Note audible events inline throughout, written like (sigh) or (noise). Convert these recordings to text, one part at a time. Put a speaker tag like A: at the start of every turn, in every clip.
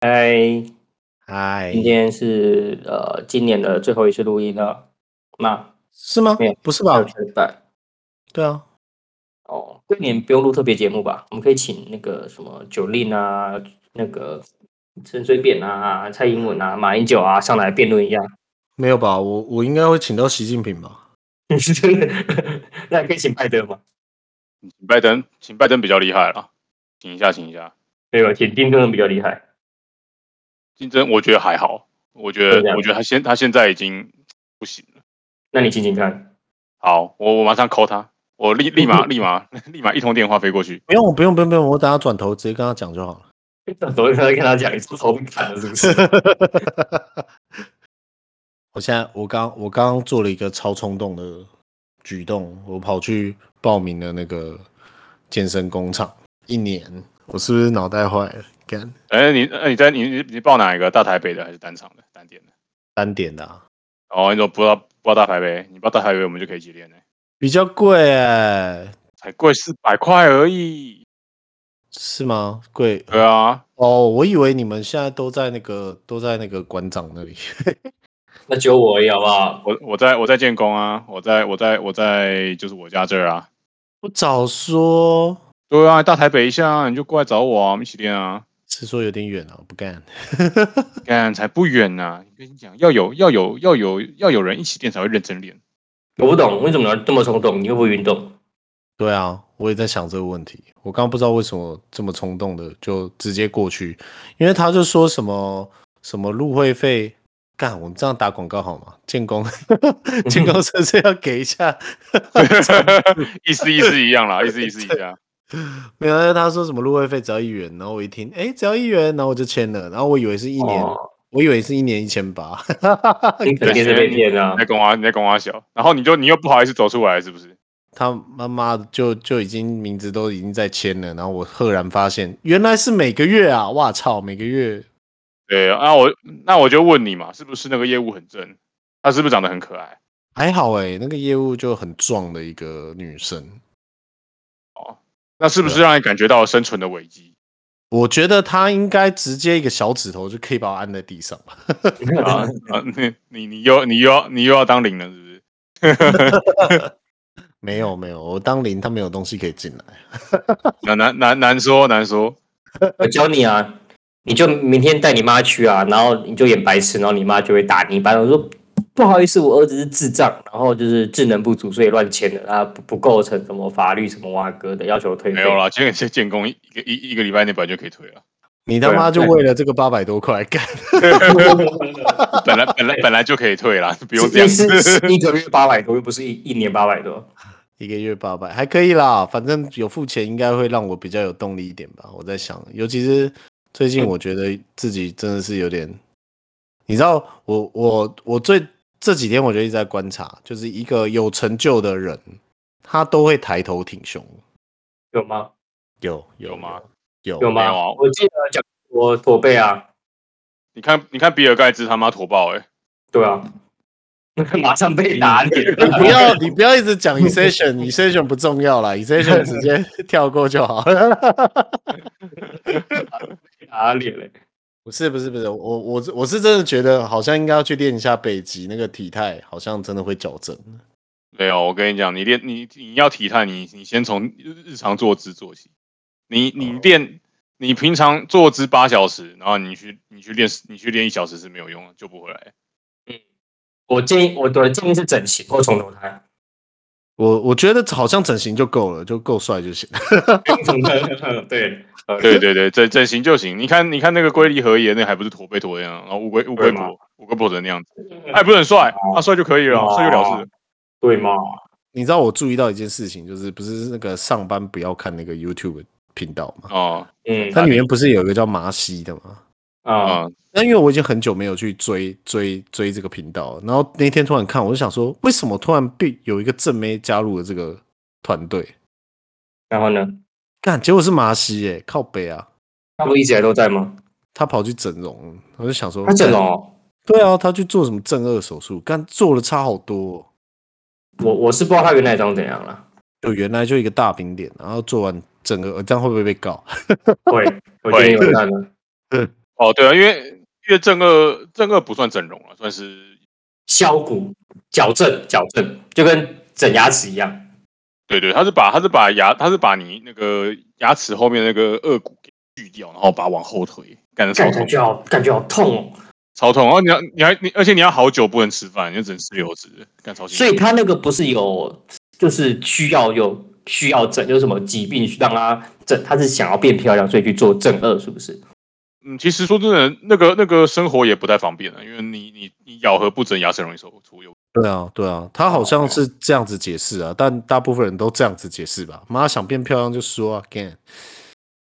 A: 嗨，
B: 嗨
A: 今，天是呃今年的最后一次录音了，那
B: 是吗
A: 没有？
B: 不是
A: 还有
B: 吧？
A: 缺拜
B: 对啊，
A: 哦，这年不用录特别节目吧？我们可以请那个什么九令啊，那个陈水扁啊、蔡英文啊、马英九啊上来辩论一样，
B: 没有吧？我我应该会请到习近平吧？
A: (laughs) 那可以请拜登吗？
C: 请拜登，请拜登比较厉害了，请一下，请一下。
A: 没有，请丁真的比较厉害。
C: 竞争我觉得还好，我觉
A: 对啊
C: 得我觉得他现他现在已经不行了。
A: 那你请请 (laughs) 看，
C: 好，我我马上 call 他，我立立 (laughs) 马立马立马一通电话飞过去。
B: 不用不用不用不用，我等下转头直接跟他讲就好了。
A: 昨天跟他讲，你是头被砍了是不是？
B: (laughs) 我现在我刚我刚刚做了一个超冲动的举动，我跑去报名了那个健身工厂一年，我是不是脑袋坏了？干
C: 哎，你哎你在你你你报哪一个？大台北的还是单场的单点的？
B: 单点的、啊、
C: 哦，你怎么不知道不知道大台北？你不知道大台北，我们就可以一起练呢，
B: 比较贵哎、
C: 才贵四百块而已。
B: 是吗？贵
C: 对啊，
B: 哦，我以为你们现在都在那个都在那个馆长那里。
A: (laughs) 那只有我而已好不好？
C: 我我在我在建工啊，我在我在我在就是我家这儿啊。
B: 我早说
C: 对啊，大台北一下啊，你就过来找我啊，我们一起练啊。
B: 是说有点远啊，我不干。
C: 干才不远呐、跟你讲，要有要有要有要有人一起练才会认真练。
A: 我不懂为什么你要这么冲动，你又不运动，
B: 对啊，我也在想这个问题。我刚刚不知道为什么这么冲动的就直接过去，因为他就说什么什么入会费，干我们这样打广告好吗？建工， (laughs) 建工是不是要给一下？
C: 意思意思一样啦，意思意思一样。
B: 没有，他说什么入会费只要一元，然后我一听，哎，只要一元，然后我就签了，然后我以为是一年，
A: 哦
B: 我以为是一年一千八， (laughs)
A: 你肯定是被骗啊
C: (laughs) 你在！跟我你在跟我小，然后你就你又不好意思走出来，是不是？
B: 他妈妈的就就已经名字都已经在签了，然后我赫然发现原来是每个月啊，哇操，每个月
C: 对，那我那我就问你嘛，是不是那个业务很正？她是不是长得很可爱？
B: 还好哎、那个业务就很壮的一个女生，
C: 那是不是让你感觉到生存的危机？
B: 我觉得她应该直接一个小指头就可以把我按在地上吧。
C: 啊啊，你你你又你又要你又要当零了，是不是？
B: 没有
A: 嗯
B: 没有，我当零，她没有东西可以进来。
A: 啊
C: 难难难难说难说。
A: (laughs) 我教你啊，你就明天带你妈去啊，然后你就演白痴，然后你妈就会打你一巴掌，说不好意思，我儿子是智障，然后就是智能不足，所以乱签的，他不不构成什么法律什么挖哥的要求退
C: 没
A: 费。
C: 有啦，今天建建工一个一一个礼拜内本来就可以退了，
B: 你他
A: 对啊
B: 妈就
A: 对
B: 为了这个八百多块干，
C: (laughs)
B: (laughs)
C: 本来 (laughs) 本来本来就可以退了，不用这
A: 是
C: 样子。
A: 是是一个月八百多，又不是一一年八百多。
B: 一个月八百还可以啦，反正有付钱应该会让我比较有动力一点吧。我在想，尤其是最近，我觉得自己真的是有点，你知道，我我我最这几天我就一直在观察，就是一个有成就的人，他都会抬头挺胸。
A: 有吗？
B: 有
C: 有吗？
B: 有
A: 有
C: 哦没
A: 吗？
C: 有啊
A: 我记得讲我驼背啊，
C: 你看，你看比尔盖茨他妈驼爆哎、欸，
A: 对啊， (laughs) 马上被打脸。
B: 你不
A: (laughs)
B: 要，你不要一直讲 insertion，insertion 不重要啦，insertion
A: (laughs)
B: 直接跳过就好了。
A: 打脸嘞！
B: 不是不是不是，我我是我是真的觉得好像应该要去练一下北极那个体态，好像真的会矫正。
C: 没有，啊我跟你讲，你练你你要体态，你你先从日日常坐姿做起。你你练，你平常坐姿八小时，然后你去你去练你去练一小时是没有用的，救不回来。
A: 我建议我的建议是整形或重投胎。
B: 我我觉得好像整形就够了，就 (laughs) 够帅就行。
A: 对，
C: (laughs) 对对对，整整形就行。你看你看那个龟梨和也，那还不是驼背驼的样，然后乌龟乌龟
A: 对嘛
C: 脖乌龟脖子的那样子，他也不是很帅，他帅就可以了，帅就了事了。
A: 对嘛？
B: 你知道我注意到一件事情，就是不是那个上班不要看那个 YouTube 频道嘛，
C: 哦
A: 嗯
B: 它里面不是有一个叫麻西的吗？
A: 啊，
C: 啊，
B: 那因为我已经很久没有去追追追这个频道了，然后那天突然看，我就想说，为什么突然被有一个正妹加入了这个团队？
A: 然后呢？
B: 干，结果是麻西耶、靠北啊，
A: 他不一直以来都在吗？
B: 她跑去整容，我就想说，
A: 他整容哦，
B: 对啊，她去做什么正颚手术，干做的差好多哦、
A: 我我是不知道他原来长怎样了。
B: 就原来就一个大饼脸，然后做完整个，呃这样会不会被告？
A: 会，我觉得有啊那个
C: 哦对啊，因为因为正二正二不算整容了，算是
A: 削骨、矫正、矫正，就跟整牙齿一样。
C: 对对，他是把他是把牙他是把你那个牙齿后面那个颚骨给锯掉，然后把它往后推，干得超
A: 感
C: 痛
A: 感，觉好，感觉好痛哦。
C: 超痛。然后你要你还你，而且你要好久不能吃饭，你就只能吃流质，干超辛苦。
A: 所以他那个不是有，就是需要有需要整，有什么疾病让他整，他是想要变漂亮，所以去做正颚，是不是？
C: 嗯，其实说真的，那个那个生活也不太方便了，因为你你你咬合不整，牙齿容易受出油。
B: 对啊，对啊，他好像是这样子解释啊，但大部分人都这样子解释吧。妈想变漂亮就说啊，gan，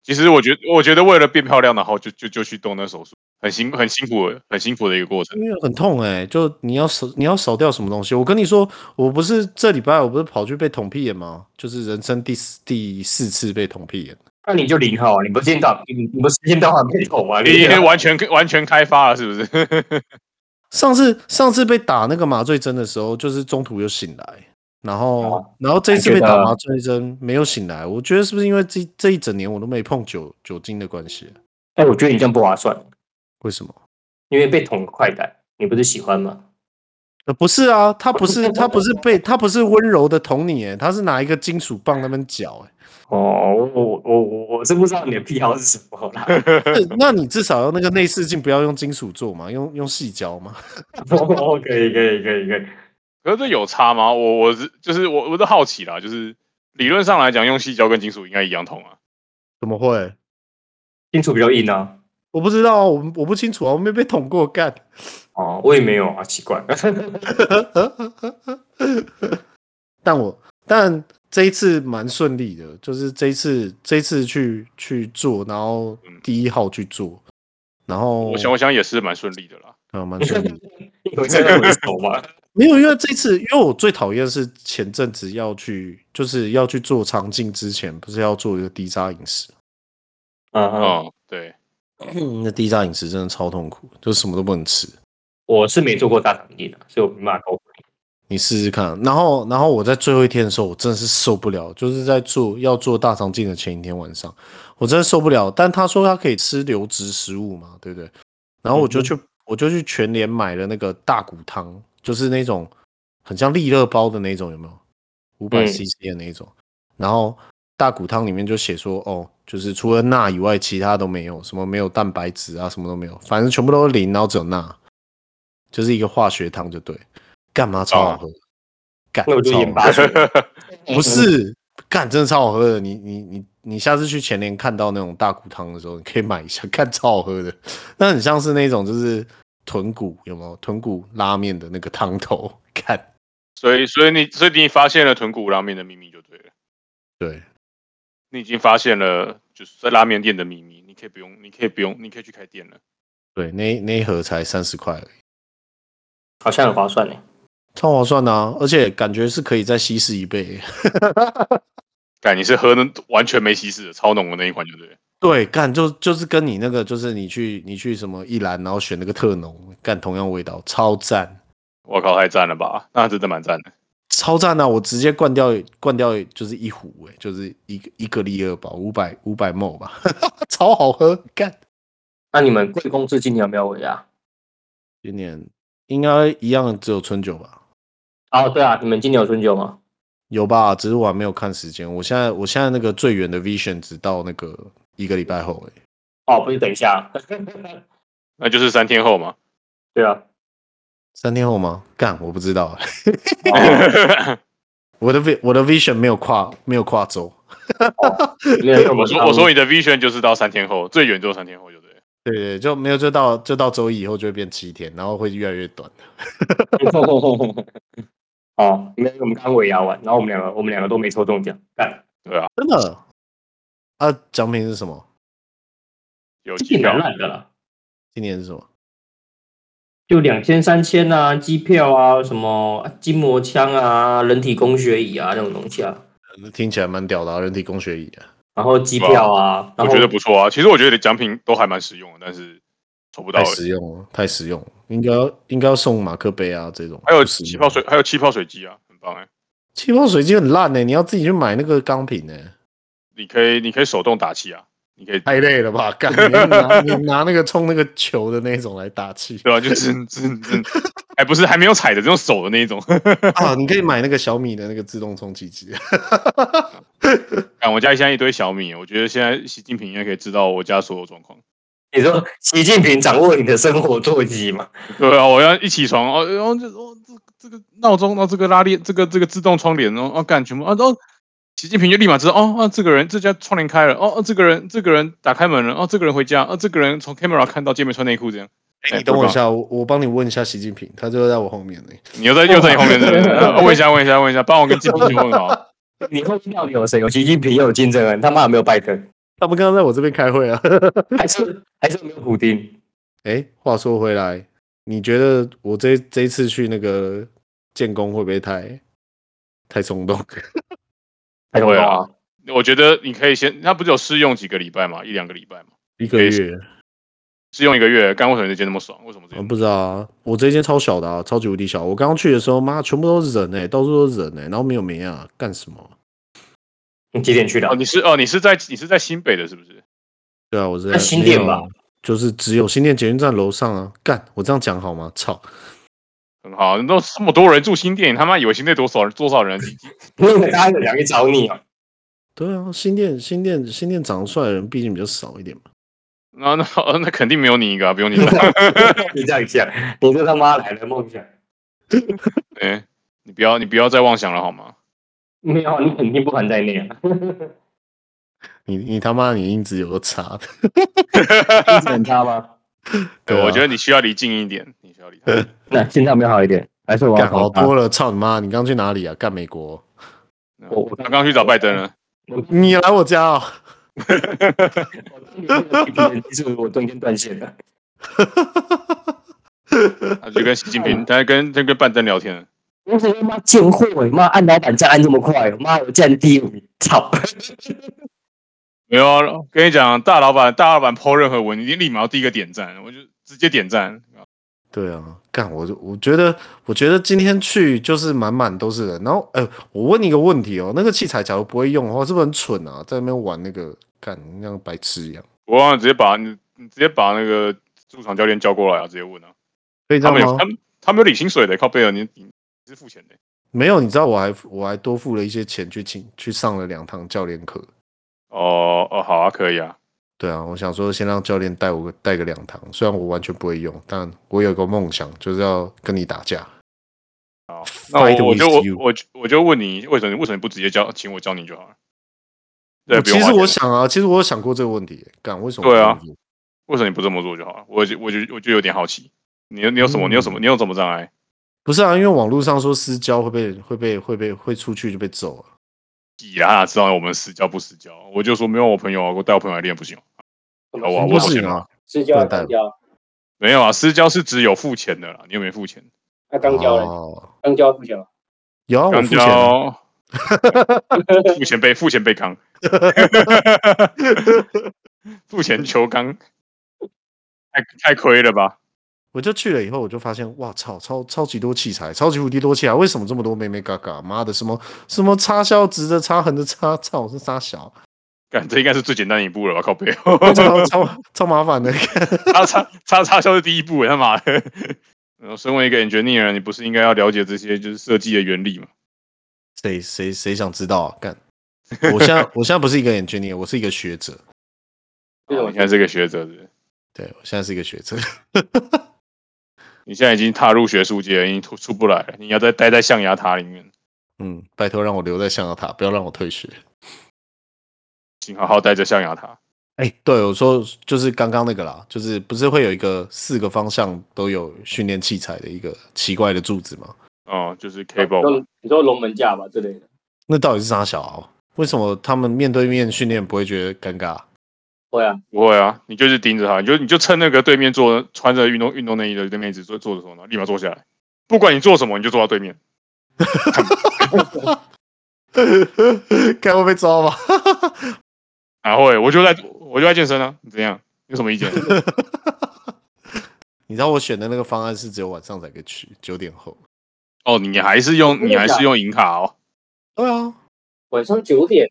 C: 其实我觉得我觉得为了变漂亮，然后就就就去动那手术，很辛很辛苦的很辛苦的一个过程。
B: 因为很痛哎、就你要少你要少掉什么东西。我跟你说，我不是这礼拜我不是跑去被捅屁眼吗？就是人生第四第四次被捅屁眼，
A: 那你就零号啊，你不见到，你你不是见到还没头啊？
C: 你
A: 你
C: 已经完全完全开发了，是不是？
B: 上次上次被打那个麻醉针的时候，就是中途又醒来，然后、
A: 哦
B: 然后这次被
A: 感
B: 打
A: 觉到
B: 麻醉针没有醒来，我觉得是不是因为这这一整年我都没碰酒酒精的关系啊？
A: 哎、我觉得你这样不划算，
B: 为什么？
A: 因为被捅快感，你不是喜欢吗？
B: 呃，不是啊，他不
A: (laughs)
B: 是他不是被他不是温柔的捅你，诶，他是拿一个金属棒那边欸绞，
A: 哦，我我我我我是不知道你的癖好是什么啦。 (laughs)
B: 哎，是那你至少要那个内视镜不要用金属做嘛，用用细胶嘛。
A: 哦，可以可以可以可以，
C: 可是这有差吗？我我是就是我我是好奇啦，就是理论上来讲，用细胶跟金属应该一样痛啊。
B: 怎么会？
A: 金属比较硬啊。
B: 我不知道啊，我我不清楚啊，我没被捅过干。
A: 哦，我也没有啊，奇怪。 (laughs)
B: 但我但这一次蛮顺利的，就是这一次这一次去去做，然后
C: 嗯
B: 第一号去做，然后
C: 我想我想也是蛮顺利的啦。
B: 呃蛮顺利的。 (laughs)
A: 有这个回首吗？
B: 没有，因为这次，因为我最讨厌是前阵子要去，就是要去做肠镜之前，不是要做一个低渣饮食。
A: 嗯嗯，
C: 嗯，对，
B: 嗯那低渣饮食真的超痛苦，就什么都不能吃。
A: 我是没做过大肠镜的，所以我没办法告诉你。
B: 你试试看。然后，然后我在最后一天的时候，我真的是受不了，就是在做要做大肠镜的前一天晚上，我真的受不了。但他说他可以吃流质食物嘛，对不对？然后我就去，我就去全联买了那个大骨汤，就是那种很像利乐包的那种，有没有？五百
A: 嗯
B: CC 的那一种。然后大骨汤里面就写说，哦，就是除了钠以外，其他都没有，什么没有蛋白质啊，什么都没有，反正全部都是零，然后只有钠，就是一个化学汤就对。干嘛超好喝？干、
A: 哦那我就
B: 超好
A: 盐巴
B: 喝 (laughs)
A: 水。
B: 不是干真的超好喝的。你你你你下次去前联看到那种大骨汤的时候，你可以买一下，看超好喝的。那很像是那种就是豚骨有没有豚骨拉面的那个汤头？看
C: 所以所以你所以你发现了豚骨拉面的秘密就对了，
B: 对，
C: 你已经发现了就是在拉面店的秘密，你可以不用，你可以不用，你可以去开店了。
B: 对，那那一盒才三十块而已，
A: 好像很划算呢。欸
B: 超划算的啊！而且感觉是可以再稀释一倍。 (laughs)
C: 干，你是喝那完全没稀释的超浓的那一款就对了。
B: 对，干就就是跟你那个，就是你去你去什么一兰，然后选那个特浓，干同样味道，超赞。
C: 我靠，太赞了吧！那真的蛮赞的。
B: 超赞啊！我直接灌掉灌掉就是一壶哎、就是一个一个利二宝五百五百 ml 吧， (laughs) 超好喝。干，
A: 那你们贵公司今年有没有尾牙？
B: 今年应该一样只有春酒吧？
A: 哦，对啊，你们今年有春酒吗？
B: 有吧？只是我还没有看时间。我现在我现在那个最远的 vision 只到那个一个礼拜后哎、
A: 哦，不是，等一下。
C: 那就是三天后嘛。
A: (laughs) 对啊，
B: 三天后吗？干，我不知道。欸
A: 哦
B: (laughs) 我的 vi 我的 vision 没有跨没有跨州。
A: 没有
C: 我说我说你的 vision 就是到三天后，最远就三天后就对了。
B: 对对，就没有就到就到周一以后就会变七天，然后会越来越短。
C: (laughs)
A: 哦，因为我们刚尾牙完，然后我们两个我们两个都没抽中奖，干
C: 对啊，
B: 真的啊，奖品是什么？
C: 有
D: 这
C: 机
D: 挺
C: 票
D: 难懒的啦，
B: 今年是什么？
D: 就两千、三千啊，机票啊，什么筋膜枪啊，人体工学椅啊那种东西啊，
B: 听起来蛮屌的、啊，人体工学椅啊。
D: 然后机票啊，
C: 我
D: 然后
C: 觉得不错啊。其实我觉得奖品都还蛮实用的，但是抽不到
B: 太
C: 而
B: 实
C: 已。
B: 用了，太实用了，应该要应该要送马克杯啊这种。
C: 欸还有
B: 不实用
C: 哎气泡水，还有气泡水机啊，很棒哎、
B: 气泡水机很烂呢、你要自己去买那个钢瓶呢、
C: 你可以你可以手动打气啊，
B: (laughs)
C: 你可以
B: 太累了吧？
C: (laughs)
B: 干，你拿你拿那个冲那个球的那种来打气
C: 对吧、啊就滋滋滋，哎，不是还没有踩的，这种手的那一种。 (laughs)
B: 啊！你可以买那个小米的那个自动充气机，
C: 哎看我家现在一堆小米，我觉得现在习近平应该可以知道我家所有状况。
D: 你说习近平掌握你的生活作息嘛？
C: 对啊，我要一起床哦，然后就哦这这个闹钟，哦然后这个拉链，这个这个自动窗帘，然后哦干全部啊，然后习近平就立马知道哦啊这个人这家窗帘开了，哦哦这个人这个人打开门了，哦这个人回家，哦这个人从 camera 看到街没穿内裤这样。
B: 哎、
C: 哎
B: 你等我一
C: 不知
B: 下，我我帮你问一下习近平，他就在我后面呢、
C: 你又在又在你后面是不是？啊问一下问一下问一下，帮我跟金平去问好。
D: 你后面到底有谁？有习近平，又有金正恩，他妈有没有拜登？
B: 他们刚刚在我这边开会啊。 (laughs)
D: 还是还是有没有普丁？
B: 哎、话说回来，你觉得我这这一次去那个建工会不会太太冲动？ (laughs)
D: 还有没有
C: 对？啊我觉得你可以先，他不是有试用几个礼拜嘛，一两个礼拜嘛，
B: 一个
C: 也
B: 月、
C: 试用一个月，干为什么这间那么爽？为什么这
B: 啊，
C: 间？
B: 不知道啊，我这间超小的啊，超级无敌小。我刚刚去的时候，妈，全部都是人哎、到处都是人哎、然后没有没啊，干什么？
D: 你几点去的
C: 哦，？你是哦，你是在你是在新北的，是不是？
B: 对啊，我是
D: 在新店吧，
B: 没有啊就是只有新店捷运站楼上啊。干，我这样讲好吗？操！
C: 很好，那都这么多人住新店，你他妈以为新店多少人多少人？你你
D: 因 (laughs) 为大家有两个找你啊，
B: 对啊，新店新店新店长得帅的人毕竟比较少一点嘛。
C: 那那哦那肯定没有你一个啊，不用你了。
D: (laughs)
B: (laughs)
D: 你这样想，你这他妈来了梦想。
C: 哎，你不要你不要再妄想了好吗？
D: 没有，你肯定不含在内啊！
B: 你你他妈你音质有个差，
D: 一直很差吗？
C: 对，
B: 对啊
C: 我觉得你需要离近一点，你需要离他。
D: (laughs) 那现在有没有好一点？还是我要
B: 干好多了，操你妈！你刚去哪里啊？干美国？
D: 我
C: 我刚刚去找拜登了，
B: 你来我家哦。
D: 其实 (laughs) 我中间断线了。
C: 他就跟习近平，他跟他跟拜登聊天了。
D: 我觉得妈贱货欸，妈按老板这样按这么快，妈我竟然第一名，操！
C: 没有啊，跟你讲，大老板大老板 PO 任何文，一定立马要第一个点赞，我就直接点赞。
B: 对啊，干我就我觉得，我觉得今天去就是满满都是人。然后，呃，我问你一个问题哦，那个器材假如不会用的话，是不是很蠢啊？在那边玩那个，干像白痴一样，
C: 我忘了直接把你，你直接把那个驻场教练叫过来啊，直接问啊。
B: 可以这
C: 他
B: 样
C: 们有
B: 吗
C: 他？们他们有领薪水的，靠贝尔，你你你是付钱的。
B: 没有，你知道我还我还多付了一些钱去请去上了两堂教练课。
C: 哦哦，好啊，可以啊。
B: 对啊，我想说先让教练带我个带个两堂，虽然我完全不会用，但我有个梦想就是要跟你打架。
C: 好，那我
B: Fight
C: 我就
B: with
C: 我
B: you
C: 我就我就问你，为什么为什么不直接教，请我教你就好了？对，
B: 我
C: 不用
B: 其实
C: 花钱
B: 我想啊，其实我有想过这个问题，干为什么？
C: 对啊，为什么你不这么做就好了？我就我就我就有点好奇，你有你有什么
B: 嗯
C: 你有什么你有什么障碍？
B: 不是啊，因为网络上说私交会被会被会被会出去就被揍啊。
C: 挤啊，知道我们私交不私交？我就说没有我朋友啊，我带我朋友来练不行吗。好啊，我
B: 不
C: 手
B: 行
C: 钱
B: 啊
C: 吗？，
A: 私交
B: 笨
A: 还
B: 蛋
A: 钢交，
C: 没有啊，私交是只有付钱的啦，你有没有付钱？
A: 那钢交嘞，
B: 哦，
A: 钢交不行。
B: 有啊，我
C: 刚
B: 付钱啊。(laughs)
C: 交付钱被付钱被刚，付钱求刚，太太亏了吧？
B: 我就去了以后，我就发现，哇操，超超级多器材，超级无敌多器材，为什么这么多妹妹嘎嘎？妈的，什么什么插销直的插横的插，操，是插小，
C: 干，这应该是最简单的一步了吧？
B: (laughs)
C: 靠背，
B: 超超
C: (laughs)
B: 超麻烦的。 (laughs)
C: 叉叉叉叉销是第一步，欸他妈的！然后，身为一个 engineer，你不是应该要了解这些就是设计的原理吗？
B: 谁谁谁想知道啊？干，我现在我现在不是一个 engineer，我是一个学者。
A: 为什
C: 哦
A: 么
C: 你现在是个学者是不是
B: 对，我现在是一个学者。
C: 你现在已经踏入学术界了，已经出出不来了，你要再待在象牙塔里面。
B: 嗯，拜托让我留在象牙塔，不要让我退学。
C: 请好好待在象牙塔。
B: 哎、对，我说就是刚刚那个啦，就是不是会有一个四个方向都有训练器材的一个奇怪的柱子吗？
C: 哦、就是
A: 你啊
C: cable 嘛
A: 说你说龙门架吧之类的，
B: 那到底是啥小啊？为什么他们面对面训练不会觉得尴尬？ (laughs)
A: 会啊，
C: 不会啊，你就是盯着他，你就你就趁那个对面坐穿着运动运动内衣的那妹子坐坐着时候，然后立马坐下来，不管你做什么，你就坐到对面。
B: 该会被抓吧？ (laughs)
C: 然后、欸、我就在我就在健身啊，你怎样？有什么意见？
B: 你知道我选的那个方案是只有晚上才可以去，九点后。
C: 哦，你还是用你还是用银卡哦？
B: 对啊，
A: 晚上九点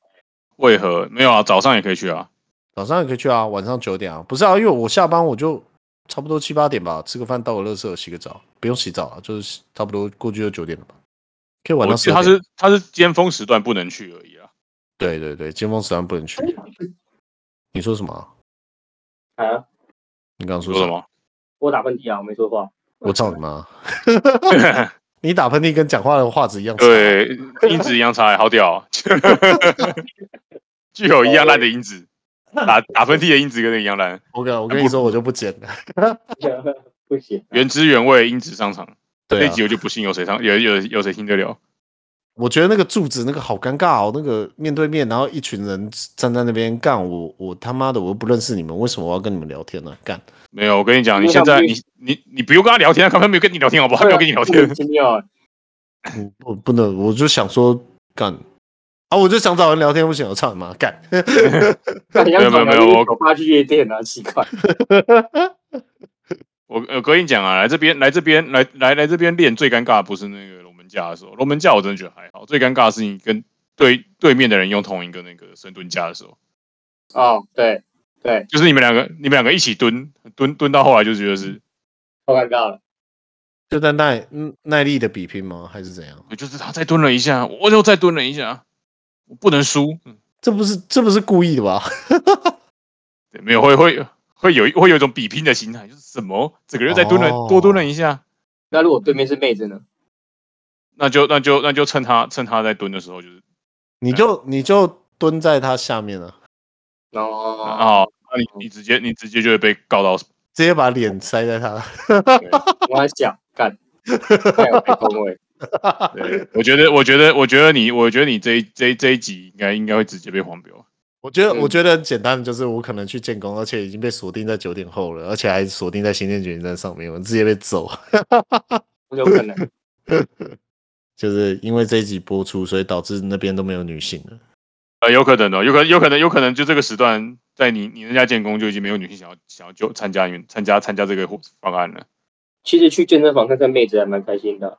C: 为何没有啊？早上也可以去啊。
B: 早上也可以去啊，晚上九点啊，不是啊，因为我下班我就差不多七八点吧，吃个饭，倒个垃圾，洗个澡，不用洗澡啊，就是差不多过去就九点了吧，可以玩
C: 我
B: 到
C: 记
B: 十
C: 得他
B: 点。
C: 是他是尖峰时段不能去而已啊。
B: 对对对，尖峰时段不能去。你说什么啊、
A: 啊，
B: 你刚刚说
C: 说什？么？
A: 我打喷嚏啊，我没说话。 (laughs)
B: 我操你妈！啊
C: (laughs)
B: 你打喷嚏跟讲话的话质一样差。
C: 对，音质一样差、欸，好屌、哦！ (laughs) 具有一样烂的音质，打打喷嚏的音质跟那一样烂，
B: 我跟我跟你说，我就不剪了。
C: (laughs)
A: 不行，
C: 原汁原味，音质上场。
B: 对、
C: 那
B: 啊
C: 集，我就不信有谁上，有有有谁听得了？
B: 我觉得那个柱子那个好尴尬哦，那个面对面，然后一群人站在那边干，我我他妈的我又不认识你们，为什么我要跟你们聊天呢、干，
C: 没有，我跟你讲，
A: 因为
C: 你现
A: 他
C: 在
A: 们
C: 你你你不用跟他聊天，啊他根本没有跟你聊天，好不好？他没有跟你聊
A: (laughs) 对
C: 天
A: 啊莫名，其妙
C: (laughs)
A: 啊，
B: 嗯我不能，我就想说干啊，我就想找人聊天，不行，我操你妈干！ (laughs)
A: 没
C: 没有没有我
A: 酒吧去夜店啊，奇怪。
C: 我我跟你讲啊，来这边来这边来来来这边练最尴尬的不是那个龙门架的时候，龙门架我真的觉得还好，最尴尬的是你跟对对面的人用同一个那个深蹲架的时候，
A: 哦，对对，
C: 就是你们两个你们两个一起蹲蹲蹲到后来就觉得是
A: 超尴尬了。
B: 就在耐嗯耐力的比拼吗？还是怎样？
C: 就是他再蹲了一下，我又再蹲了一下，我不能输，嗯
B: 这不是这不是故意的吧？ (laughs)
C: 对，没有会会会有一会有一种比拼的心态，就是什么整个人再蹲了、
B: 哦
C: 多蹲了一下，
A: 那如果对面是妹子呢？
C: 那就那就那就趁他趁他在蹲的时候，就是
B: 你就你就蹲在他下面啊，
A: 哦，
C: 啊，那你你直接你直接就会被告到，
B: 直接把脸塞在他。
A: 我还想干，太有太空位。
C: 对，我觉得我觉得我觉得你我觉得你这一这一这一集应该应该会直接被黄标，
B: 我觉得我
A: 嗯
B: 觉得很简单的就是我可能去建工，而且已经被锁定在九点后了，而且还锁定在新店捷运站上面，我直接被揍。
A: 有可能，
B: 就是因为这一集播出，所以导致那边都没有女性了。
C: 呃，有可能的，有可有可能有可能就这个时段。在你你那家建工就已经没有女性想要想要就参加你们参加参加这个方案了，
A: 其实去健身房看看妹子还蛮开心的。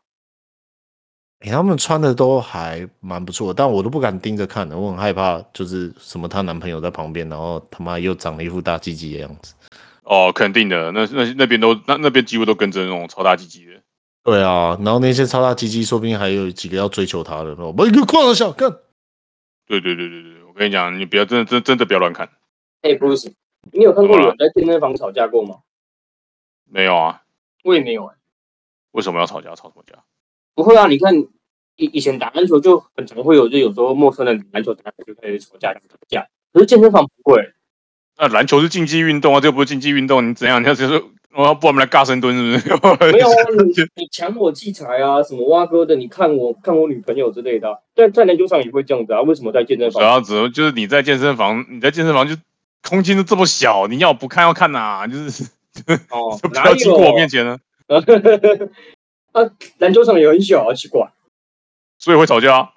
B: 诶、他们穿的都还蛮不错，但我都不敢盯着看的，我很害怕，就是什么她男朋友在旁边，然后他妈又长了一副大鸡鸡的样子。
C: 哦，肯定的，那那那边都那那边几乎都跟着那种超大鸡鸡的，
B: 对啊，然后那些超大鸡鸡，说不定还有几个要追求她的，我们一个矿小看。 (laughs)
C: 对对对对对，我跟你讲，你不要真的真真的不要乱看。
A: 哎，Bruce，你有看过有人在健身房吵架过吗？
C: 没有啊，
A: 我也没有哎、
C: 为什么要吵架？吵什么架？
A: 不会啊，你看以以前打篮球就很常会有，就有时候陌生人打篮球打篮球就开始吵架吵架，可是健身房不会，
C: 那篮球是竞技运动啊，这又不是竞技运动，你怎样？你要直接说，哦，不然我们来尬深蹲是不是？ (laughs)
A: 没有啊，你你抢我器材啊，什么挖哥的，你看我看我女朋友之类的啊、但在篮球场也会这样子啊，为什么在健身
C: 主
A: 房？
C: 要只能就是你在健身房，你在健身房就空间都这么小，你要不看要看哪、就是
A: 哦
C: 就，不
A: 哪
C: 要经
A: 有
C: 过我面前呢，
A: 啊？篮球场也很小啊，奇怪，
C: 所以会吵架啊。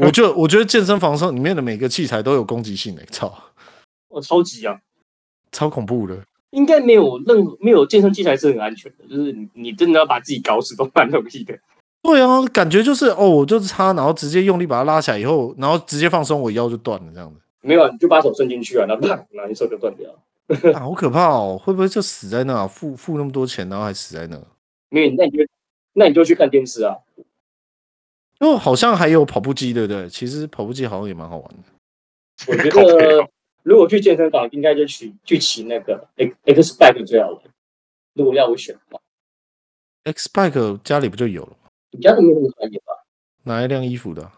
B: 我觉得我觉得健身房上里面的每个器材都有攻击性诶、操，
A: 我、超级啊，
B: 超恐怖的。
A: 应该没有任何没有健身器材是很安全的，就是你你真的要把自己搞死都蛮容易的。
B: 对啊，感觉就是哦，我就是插，然后直接用力把它拉起来以后，然后直接放松，我腰就断了这样子。
A: (laughs) 没有、啊，你就把手伸进去啊，然后啪，然后你手就断掉了。
B: 啊，好可怕哦！会不会就死在那？付付那么多钱，然后还死在那？
A: 没有，那你就那你就去看电视啊。
B: 因为好像还有跑步机，对不对？其实跑步机好像也蛮好玩的。
A: 我觉
C: 靠背
A: 得
C: 哦
A: 如果去健身房，应该就去去骑那个 X X Bike 最好玩。如果要我选的话，
B: X Bike 家里不就有了吗？
A: 你家都没有那么专业吧？
B: 拿一晾衣服的啊、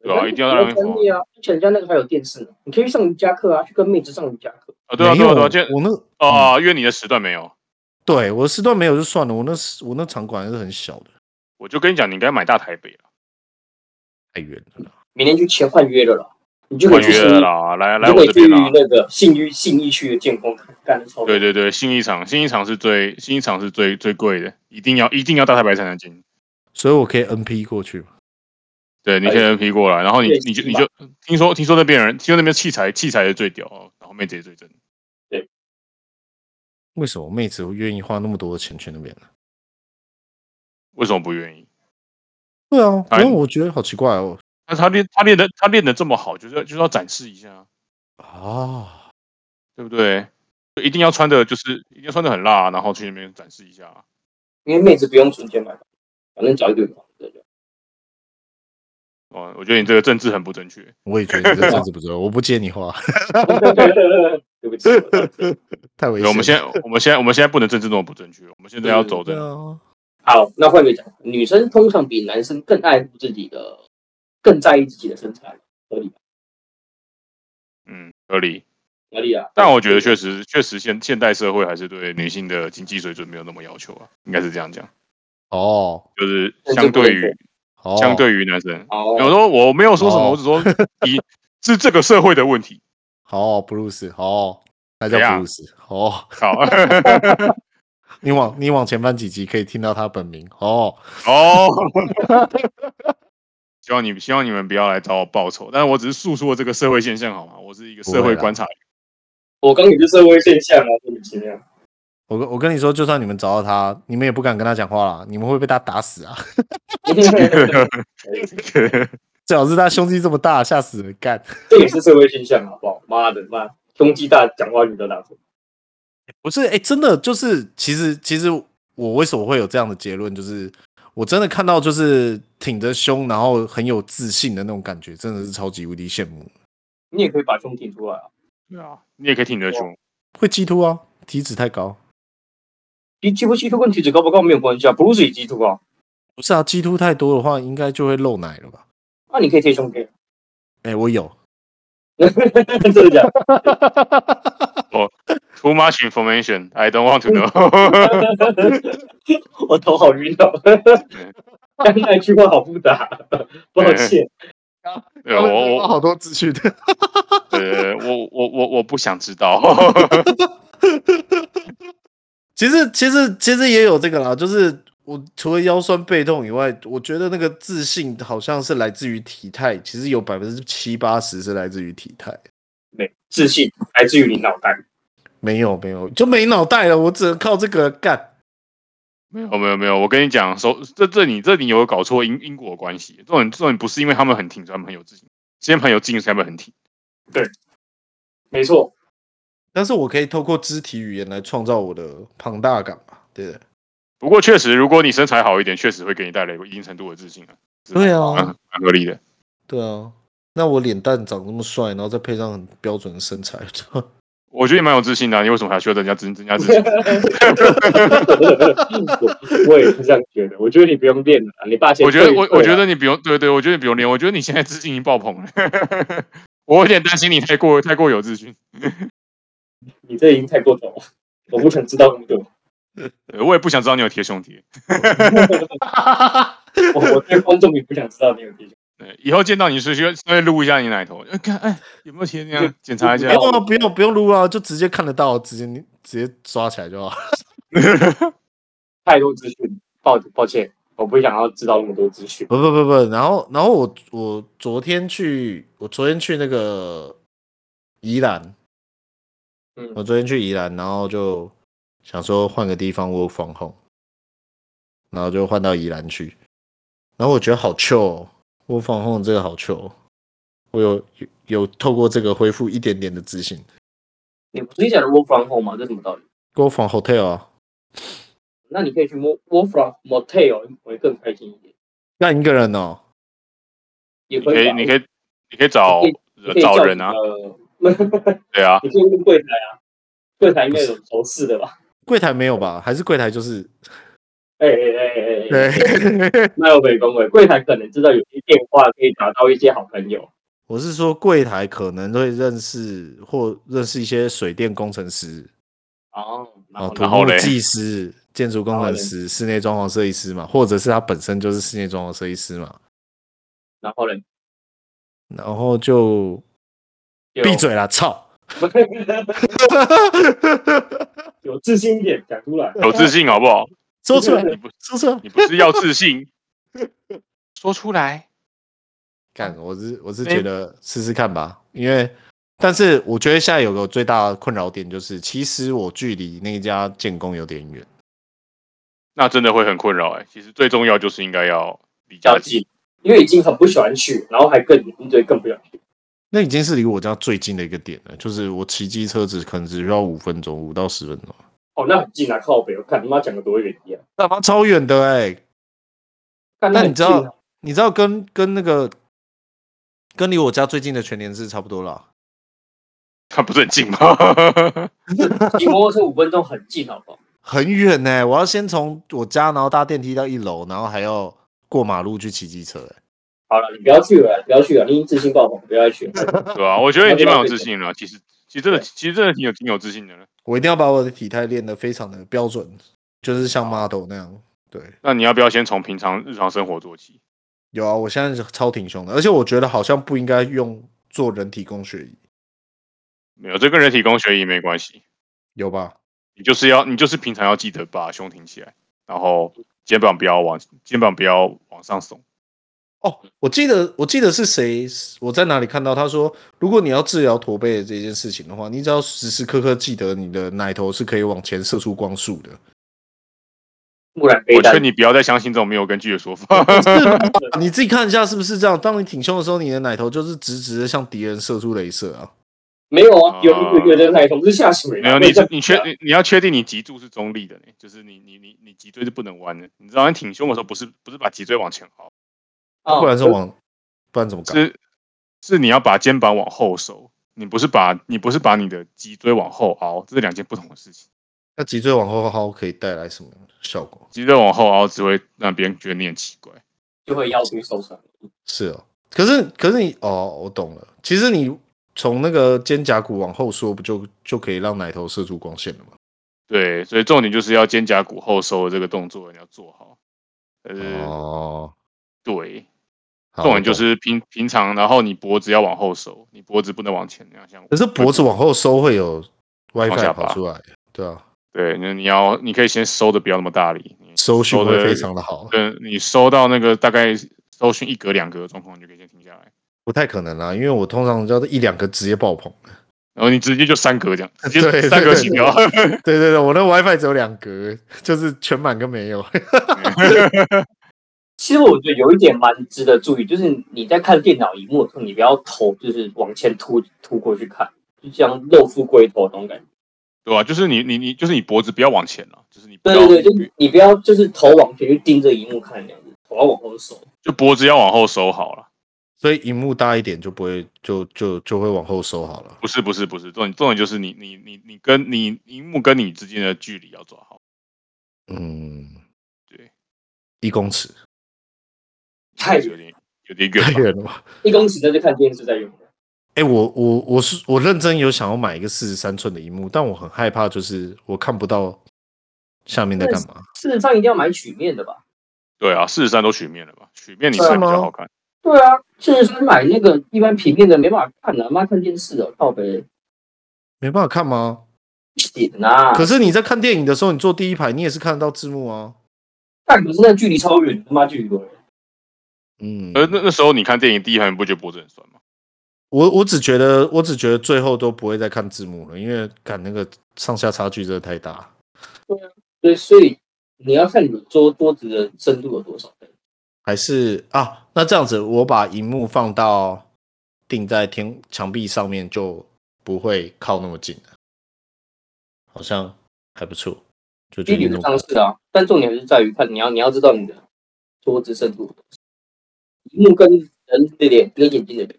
C: 对啊一定要
A: 那
C: 让人
A: 么专业啊！而且人家那个还有电视呢，你可以去上瑜伽课啊，去跟妹子上瑜伽课。
C: 啊，对啊，
B: 没
C: 对
B: 有嗯
C: 啊，对啊，健
B: 我那
C: 啊、约你的时段没有，
B: 对我的时段没有就算了，我那时我那场馆还是很小的，
C: 我就跟你讲，你应该买大台北啊。
B: 太远了啦。
A: 明天去签换约了啦。你就可
C: 换
A: 以去
C: 约
A: 信
C: 了
A: 义，
C: 啦，来
A: 你
C: 来
A: 就可
C: 我
A: 以
C: 这
A: 去
C: 边啦。
A: 那个信义信义区的建工干抽。
C: 对对对，新一场新一场是最新一场是最最贵的，一定要一定要到台北才能进。
B: 所以我可以 NP 过去嘛？
C: 对，
B: 哎
C: 你可以 NP 过来，然后你
A: 对
C: 你就
A: 行
C: 你
A: 吧
C: 就听说听说那边人，听说那边器材器材是最屌哦，然后妹子也最真。
B: 为什么妹子会愿意花那么多的钱去那边呢？
C: 为什么不愿意？
B: 对啊，
C: 哎
B: 因为我觉得好奇怪哦。
C: 他他练他练的他练的这么好，就是要就是要展示一下，
B: 啊，
C: 对不对？就一定要穿的就是一定要穿的很辣，然后去那边展示一下。啊
A: 因为妹子不用存钱买房，反正找一个有房子的。
C: 哦，我觉得你这个政治很不正确。
B: 我也觉得你这政治不对，我不接你话，
A: 对不 (laughs) 起，
B: 太危
C: 对
B: 险了。
C: 我们现在我们现在我们现在不能政治那么不正确，我们现在要走
B: 对
C: 的
B: 啊，
A: 好，那换个讲，女生通常比男生更爱护自己的，更在意自己的身材，合理吧？
C: 嗯合理。
A: 合理啊。
C: 但我觉得确实确实现现代社会还是对女性的经济水准没有那么要求啊，应该是这样讲，
B: 哦
C: 就是相对于
B: 哦，
C: 相对于男生，我
A: 哦，
C: 说我没有说什么，
B: 哦
C: 我只说你是这个社会的问题。
B: 好布鲁斯，好，哦那叫
C: 怎样
B: 布鲁斯，哦。
C: 好， (laughs)
B: 你往你往前翻几集可以听到他本名哦。
C: 哦， (laughs) 希望你希望你们不要来找我报仇，但是我只是诉说这个社会现象好吗？我是一个社
B: 不会
C: 会
B: 啦 (laughs)
C: 观察员，
A: 我刚也是社会现象啊，莫名其 (laughs) 妙。
B: 我跟我跟你说，就算你们找到他，你们也不敢跟他讲话啦，你们会被他打死啊！ (laughs) 最好是他胸肌这么大，吓死人干。
A: 这也是社会现象，啊好不好？妈的，妈，胸肌大，讲话女的大声。
B: 不是，哎、真的就是，其实其实我为什么会有这样的结论，就是我真的看到就是挺着胸，然后很有自信的那种感觉，真的是超级无敌羡慕。
A: 你也可以把胸挺出来啊，
C: (laughs) 对啊，你也可以挺着胸，
B: 会激突啊，体脂太高。
A: 你肌不肌突跟体脂高不高没有关系啊，不是肌突啊，
B: 不是啊，激突太多的话，应该就会漏奶了吧？
A: 那啊你可以贴胸贴，
B: 哎、我有，
A: (laughs) 真 (laughs) 的假的？
C: Too much information, I don't want to know 。
A: 我头好晕哦，刚才那句话好复杂，抱歉。
C: 对，啊我我
B: 好多资讯的。
C: 呃，我我我我不想知道。
B: (laughs) 其实其实其实也有这个啦，就是我除了腰酸背痛以外，我觉得那个自信好像是来自于体态，其实有百分之七八十是来自于体态。
A: 没自信来自于你脑袋，
B: 没有没有，就没脑袋了，我只能靠这个干。
C: 没有没有没有，我跟你讲，首这这里这里有搞错因因果关系，这种这种不是因为他们很挺，所以他们很有自信，是因为他们很有自信，所以他们很挺。
A: 没错，
B: 但是我可以透过肢体语言来创造我的庞大感吧，对不对？
C: 不过确实，如果你身材好一点，确实会给你带来一定程度的自信啊。是
B: 对啊
C: 蛮蛮合理的。
B: 对啊，那我脸蛋长那么帅，然后再配上很标准的身材， (laughs)
C: 我觉得你蛮有自信的啊、你为什么还需要增加增增加自信？
A: 我我也是这样觉得。我觉得你不用练了，你爸先
C: 我觉得我我觉
A: 得
C: 得你不用，对对，我觉得你不用练，我觉得你现在自信已经爆棚了。 (laughs) 我有点担心你太过太过有自信，
A: 你这已经太过头了，我不想知道那么多。
C: 对我也不想知道你有贴胸贴。
A: 我我对观众也不想知道你有贴胸，
C: 对，以后见到你是需要稍微录一下你奶头，呃看哎有没有贴，这样检查一
B: 不
C: 下。
B: 用啊，不用不用撸啊，就直接看得到，直接你直接抓起来就好。
A: 太多资讯，抱抱歉，我不想要知道那么多资讯。
B: (laughs) 不不不不，然后然后我我昨天去，我昨天去那个宜兰，
A: 嗯
B: 我昨天去宜兰，然后就想说换个地方 work from home，然后就换到宜兰去，然后我觉得好 chill，哦、work from home 这个好 chill，哦我有有有透过这个恢复一点点的自信
A: 你不是讲的 work from home 吗？这什么道理？
B: ，work from hotel 啊，
A: 那你可以去 work work from motel，我会更开心一点。
B: 干一个人哦，
A: 也
C: 你可
A: 可
C: 以
A: 以吧，
C: 你可以你可以找
A: 你你可以
C: 找
A: 叫
C: 人啊，
A: 你的
C: 对啊，
A: 你可以问柜台啊，柜台应该有熟识的吧？
B: 柜台没有吧？还是柜台就是
A: 哎哎哎哎哎，
B: 对。 (laughs)
A: 那有北工位，柜台可能知道有些电话可以打到一些好朋友。
B: 我是说柜台可能会认识或认识一些水电工程师、
A: 哦，然
B: 啊
A: 后
B: 土
A: 呢
C: 然后
B: 木
C: 嘞
B: 技师、建筑工
A: 然后
B: 程
A: 嘞
B: 师、室内装潢设计师嘛，或者是他本身就是室内装潢设计师嘛，
A: 然后呢？
B: 然后就
A: 有
B: 闭嘴啦，操！
A: 有自信一点讲出来。
C: 有自信好不好？
B: 说出来，
C: 你不
B: 说出来。
C: 你不是要自信，说出来。
B: 干，我是我是
C: 哎
B: 觉得试试看吧，因为但是我觉得现在有个最大的困扰点就是，其实我距离那家建工有点远。
C: 那真的会很困扰哎、其实最重要就是应该要离家
A: 较
C: 近，
A: 近，因为已经很不喜欢去，然后还更一堆更不想去。
B: 那已经是离我家最近的一个点了，就是我骑机车只可能只需要五分钟，五到十分钟，
A: 哦，那很近啊，靠北，我看他妈讲的多远一样。
B: 他妈超远的哎、但
A: 干那
B: 你知
A: 很近啊
B: 道，你知道跟跟那个跟离我家最近的全年是差不多啦。
C: 他啊不是很近吗？ (laughs)
A: 骑摩托车五分钟很近，好不好？
B: 很远呢、我要先从我家，然后搭电梯到一楼，然后还要过马路去骑机车、欸。
A: 好了，你不要去了，不要去了，你已经自信爆棚，不要再去了。
B: (laughs)
C: 对吧、我觉得已经蛮有自信了。其实，其实真的，其实真的挺有挺有自信的了。
B: 我一定要把我的体态练得非常的标准，就是像
A: 哦
B: model 那样。对，
C: 那你要不要先从平常日常生活做起？
B: 有啊，我现在是超挺胸的，而且我觉得好像不应该用做人体工学椅，
C: 没有，这跟人体工学也没关系。
B: 有吧？
C: 你就是要，你就是平常要记得把胸挺起来，然后肩膀不要往肩膀不要往上耸。
B: 哦，我记得我记得是谁，我在哪里看到他说，如果你要治疗驼背的这件事情的话，你只要时时刻刻记得你的奶头是可以往前射出光束的。
A: 木兰背
C: 我
A: 带
C: 劝，你不要再相信这种没有根据的说法。
B: 啊你自己看一下是不是这样？当你挺胸的时候，你的奶头就是直直的向敌人射出镭射啊！
A: 没有啊
C: 啊？
A: 有有有人来，同是下
C: (laughs)
A: 水
C: 没
A: 啊。
C: 有，你
A: 这
C: 你确你你要确定你脊柱是中立的呢，就是你你你你脊椎是不能弯的。你知道你挺胸的时候，不是不是把脊椎往前凹，
B: 不然是
A: 我
B: 往，不然怎么搞？
C: 哦是是你要把肩膀往后收，你不是把你不是把你的脊椎往后凹，这是两件不同的事情。
B: 那脊椎往后凹可以带来什么效果？
C: 脊椎往后凹只会让别人觉得你很奇怪。
A: 就会腰椎受伤。
B: 是哦，可是可是你哦，我懂了。其实你从那个肩胛骨往后缩，不就就可以让奶头射出光线了吗？
C: 对，所以重点就是要肩胛骨后收的这个动作你要做好。呃，
B: 哦，
C: 对，
B: 好
C: 重点就。
B: 哦我懂
C: 是平平常，然后你脖子要往后收，你脖子不能往前那样像我。
B: 可是脖子往后收会有
C: 往下
B: WiFi
C: 拔
B: 跑出来，对啊，
C: 对，那你要你可以先收的不要那么大力，你
B: 收讯会
C: 的
B: 非常的好。
C: 对，你收到那个大概收讯一格两格的状况，你就可以先停下来，
B: 不太可能啦，因为我通常叫一两个直接爆棚。 (laughs)
C: 然后你直接就三格这样，直
B: 对
C: 接三格起跳。
B: 对对对，我的 WiFi 只有两格，就是全满跟没有。 (laughs)
A: 其实我觉得有一点蛮值得注意，就是你在看电脑荧幕的时候，你不要头就是往前突突过去看，就像露富龟头那种感觉。
C: (laughs) 对吧、就是你你你就是你脖子不要往前了，就是你不
A: 对
C: 要
A: 对对，就是你不要就是头往前去盯着荧幕看这样子，头要往后收。
C: 就脖子要往后收好了。
B: 所以荧幕大一点就不会，就就就会往后收好了。
C: 不是不是不是，重点重点就是你你你你跟你荧幕跟你之间的距离要抓好，
B: 嗯，
C: 对，
B: 一公尺
A: 太
C: 有点有点
B: 太
C: 远吧。
B: 远了吧？
A: 一公尺在这看电视在用的，
B: 哎、我我我是我认真有想要买一个四十三寸的荧幕，但我很害怕，就是我看不到下面在干嘛。
A: 事实上一定要买曲面的吧？
C: 对啊，四十三都曲面了吧？曲面你
B: 是
C: 看比
B: 吗
C: 较好看。
A: 对啊，事实上买那个一般平面的没办法看的、啊，妈看电视哦，靠北
B: 没办法看吗？
A: 紧啊！
B: 可是你在看电影的时候，你坐第一排，你也是看得到字幕啊。
A: 但可是那距离超远，他妈距离多远？
B: 嗯，
C: 呃，那那时候你看电影第一排，你不觉得脖子很酸吗？
B: 我我只觉得，我只觉得最后都不会再看字幕了，因为看那个上下差距真的太大。
A: 对，所以你要看你的桌桌子的深度有多少。
B: 还是啊，那这样子，我把荧幕放到定在天墙壁上面，就不会靠那么近了，好像还不错。就
A: 一
B: 决定
A: 理
B: 这么
A: 上
B: 搞
A: 是啊，但重点还是在于看你要你要知道你的桌子深度，荧幕跟人的脸跟眼睛的脸，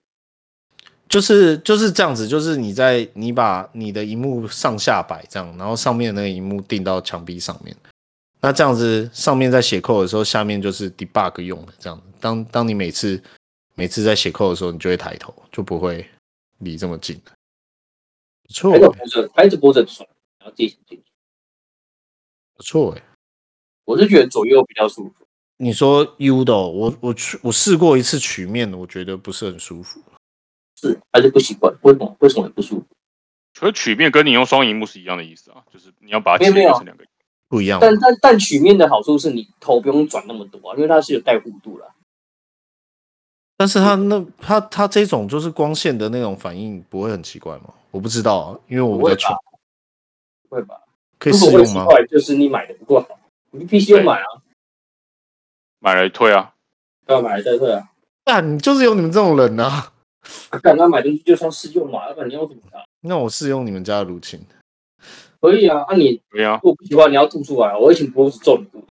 B: 就是就是这样子，就是你在你把你的荧幕上下摆这样，然后上面的那个荧幕定到墙壁上面。那这样子，上面在写扣的时候，下面就是 debug 用的这样子。当当你每次每次在写扣的时候，你就会抬头，就不会离这么近了。不错、
A: 还
B: 欸
A: 有，脖子，还有脖子很爽，然后自己想进去。
B: 不错哎、
A: 我是觉得左右比较舒服，
B: 你说 U 的哦、我我去我试过一次曲面的，我觉得不是很舒服。
A: 是还是不习惯，为什么为什么很不舒服？
C: 可是曲面跟你用双荧幕是一样的意思啊，就是你要把它
A: 没有
C: 切
A: 没有
C: 割成两个。
B: 不一样吗。
A: 但但但曲面的好处是你头不用转那么多啊，因为它是有带弧度啦。
B: 但是它那它它这种就是光线的那种反应不会很奇怪吗？我不知道、啊，因为我
A: 不
B: 不
A: 会
B: 在
A: 吧
B: 圈，
A: 会吧？
B: 可以
A: 如
B: 试
A: 果会
B: 用
A: 奇
B: 吗？
A: 怪，就是你买的不够好，你 PC 要买啊，
C: 买了退啊，
A: 要买了再退啊。
B: 啊，你就是有你们这种人啊！ (laughs)
A: 干他买东西就算试用嘛，要不然你要怎么打？
B: 那我试用你们家的乳清，
A: 可以啊，那、你
C: 对啊
A: 如，果不喜欢，你要吐出来啊，我以前脖子中毒。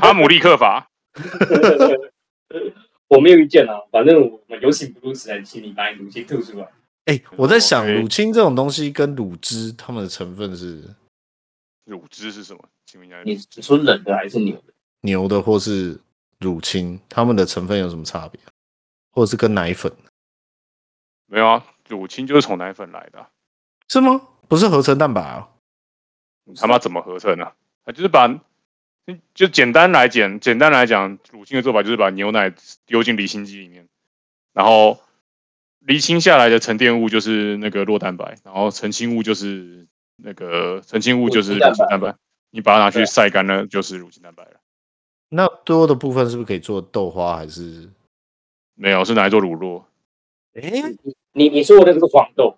C: 哈姆立克法，
A: 我没有意见啊，反正我们有请布鲁斯来请你把你毒气吐出来。
B: 哎、我在想
C: OK
B: 乳清这种东西跟乳汁它们的成分是
C: 乳汁是什么？请问一下，
A: 你你说冷的还是牛的？
B: 牛的或是乳清，它们的成分有什么差别？或者是跟奶粉
C: 没有啊？乳清就是从奶粉来的啊、
B: 是吗？不是合成蛋白啊？
C: 你他妈怎么合成啊？它就是把，就简单来讲，简单来讲，乳清的做法就是把牛奶丢进离心机里面，然后离心下来的沉淀物就是那个酪蛋白，然后澄清物就是那个澄清物就是乳清蛋白，你把它拿去晒干了就是乳清蛋白了。
B: 那多的部分是不是可以做豆花？还是
C: 没有，是拿来做乳酪。
B: 哎、
A: 你你说的那个是黄 (laughs) 豆，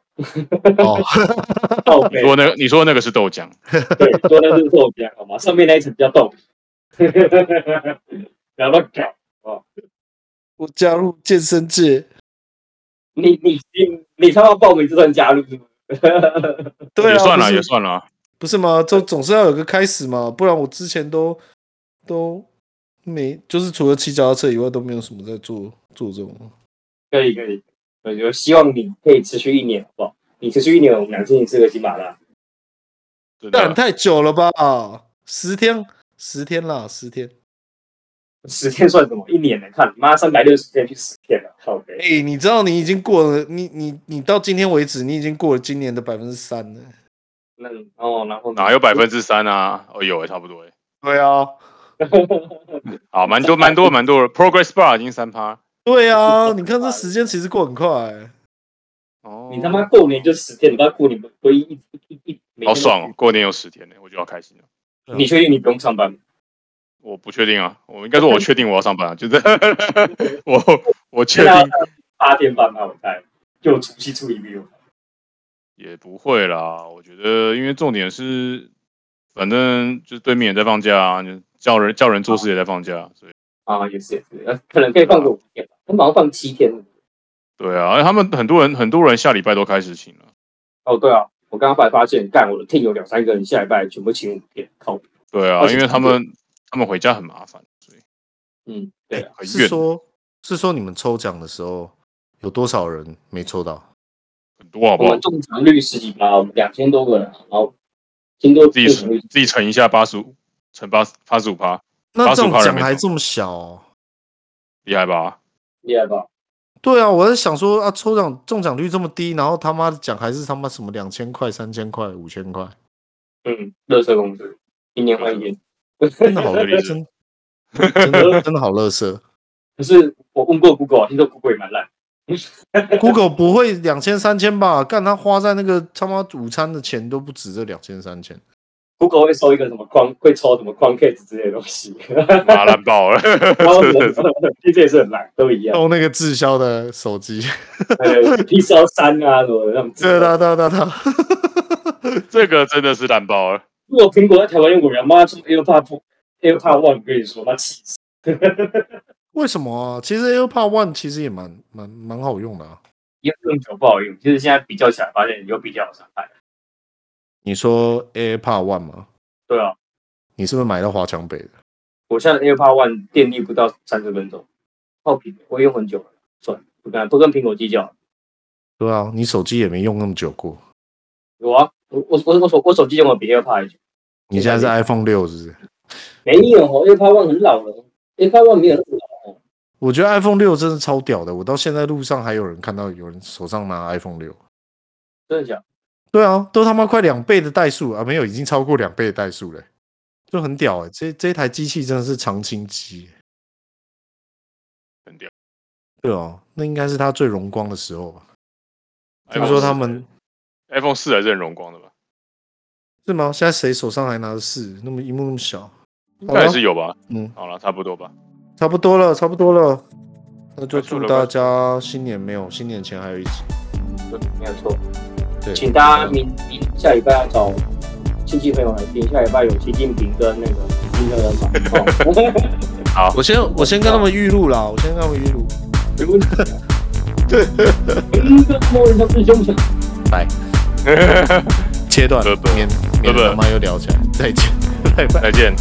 B: 哦， (laughs)
A: 豆
C: 你
A: 皮，
C: 说那个，你说那个是豆浆，
A: 对，说的那个豆皮啊好吗？上面那一层叫豆皮， (laughs) 不要乱搞。
B: 我加入健身界，
A: 你你你你他妈报名就算加入是吗？
B: 对啊，
C: 也算
B: 不
C: 了，
B: 是
C: 也算了啊。
B: 不是吗？总总是要有个开始嘛，不然我之前都都没，就是除了骑脚踏车以外都没有什么在做做这种。
A: 可以可以，我就希望你可以持续一年，好不好？你持续一年，我们俩请你吃个喜马拉。
C: 真
B: 但
C: 的，
B: 太久了吧？十天，十天啦，十天。
A: 十天算什么？一年来看，妈三百六十天去十天了，好呗。
B: 哎、你知道你已经过了，你你你到今天为止，你已经过了今年的百分之三了。
A: 那你哦，然后呢
C: 哪有百分之三啊？哦，有诶、差不多诶、
B: 对啊，
C: 好，蛮多蛮多蛮多了。Progress Bar 已经三趴。
B: 对
C: (laughs)
B: 啊，你看这时间其实过很快、
C: 哦，
A: 你他妈过年就十天，你到过年不不会一一一一
C: 好爽哦！！过年有十天呢，我就要开心了。
A: 每天都你确定你不用上班吗？
C: 我不确定啊，我应该说我确定我要上班啊，就是
A: (laughs)
C: 我我确
A: 现在要
C: 定
A: 上八天班吧，我猜。就除夕初一没有。
C: 也不会啦。我觉得，因为重点是，反正就是对面也在放假啊，就叫人叫人做事也在放假，所以
A: 啊，也是也是，呃可能可以放个五天吧，他们好像放七天。
C: 对啊，而且他们很多人很多人下礼拜都开始请了。
A: 哦，对啊，我刚刚后来发现，干我的 team 有两三个人，下礼拜全部请五天，靠谱。
C: 对啊
A: 而，且
C: 因为他们他们回家很麻烦，所以
A: 嗯，对啊，
B: 哎，
C: 很
B: 是
C: 远
B: 说，是说你们抽奖的时候有多少人没抽到？
C: 很多哎好不
A: 我
C: 好
A: 们？中奖率十几趴，我们两千多个人，啊然后听多
C: 自己
A: 中奖率
C: 自己乘一下八十五，乘八八十五趴，
B: 那这种
C: 85%人
B: 奖
C: 没
B: 还
C: 抽
B: 这么小、哦？
C: 厉害吧？
A: 厉害吧？
B: 对啊，我在想说啊，抽奖中奖率这么低，然后他妈的奖还是他妈什么两千块、三千块、五千块，
A: 嗯，乐色公司一年换一年。
B: 真的好
C: 这个例子
B: 真真的真的好乐色。
A: 可是我问过 Google，听说啊 Google 也蛮烂。
B: Google 不会两千、三千吧？干他花在那个他妈午餐的钱都不止这两千、三千。
A: Google 会收一个什么框，会抽什么框 case 之类的东西，
C: 妈烂爆了！ (laughs)
A: 然后 (laughs) 这也是很烂，都一样。 (laughs)
B: 用那个滞销的手机， (laughs)
A: 呃，Pixel 三啊什么的，那种。
B: 对的对的对的，
C: 这个真的是烂爆了。
A: 如果苹果在台湾用果园，妈出 AirPod Pro- AirPod One，我跟你说，妈气死！
B: 为什么啊？其实 AirPod One 其实也蛮蛮蛮好用的啊。
A: 用用久不好用，就是现在比较起来，发现有比较有伤害。
B: 你说 AirPod One 吗？
A: 对啊，
B: 你是不是买到华强北的？
A: 我现在 AirPod One 电力不到三十分钟，耗屏，我用很久了，算了，不跟不跟苹果计较。
B: 对啊，你手机也没用那么久过。
A: 有啊，我我我我手我手机用的比 AirPod 还久，
B: 你现在是 iPhone 六是不是？
A: 没有哦，AirPod One 很老了，AirPod One 没有那么老哦。
B: 我觉得 iPhone 六真的超屌的，我到现在路上还有人看到有人手上拿 iPhone 六。
A: 真的假的？
B: 对啊，都他妈快两倍的代数啊，没有，已经超过两倍的代数了、就很屌哎、这这台机器真的是长青机欸、
C: 很屌。
B: 欸对哦，那应该是他最荣光的时候吧？听
C: iPhone 欸
B: 说他
C: 4
B: 们
C: iPhone 四还是很荣光的吧？
B: 是吗？现在谁手上还拿着四？那么荧幕那么小，
C: 应该还是有吧。
B: 嗯，
C: 好了，差不多吧。
B: 差不多了，差不多了。那就
C: 快速
B: 祝
C: 了
B: 大
C: 快
B: 家新年没有，新年前还有一集。
A: 没有错。
B: 对，
A: 请大家明明下礼拜要找亲戚朋友来听，下礼拜有习近平跟那个金正恩嘛。哦 (laughs)
B: 我先我先跟他们预录啦，我先跟他们预录。
A: 如果 (laughs) 嗯你跟某人他师兄讲，
B: 来，切断了
C: 拜拜，
B: 免
C: 拜
B: 免
C: 拜
B: 他妈又聊起来，再见，拜拜。
C: 再见，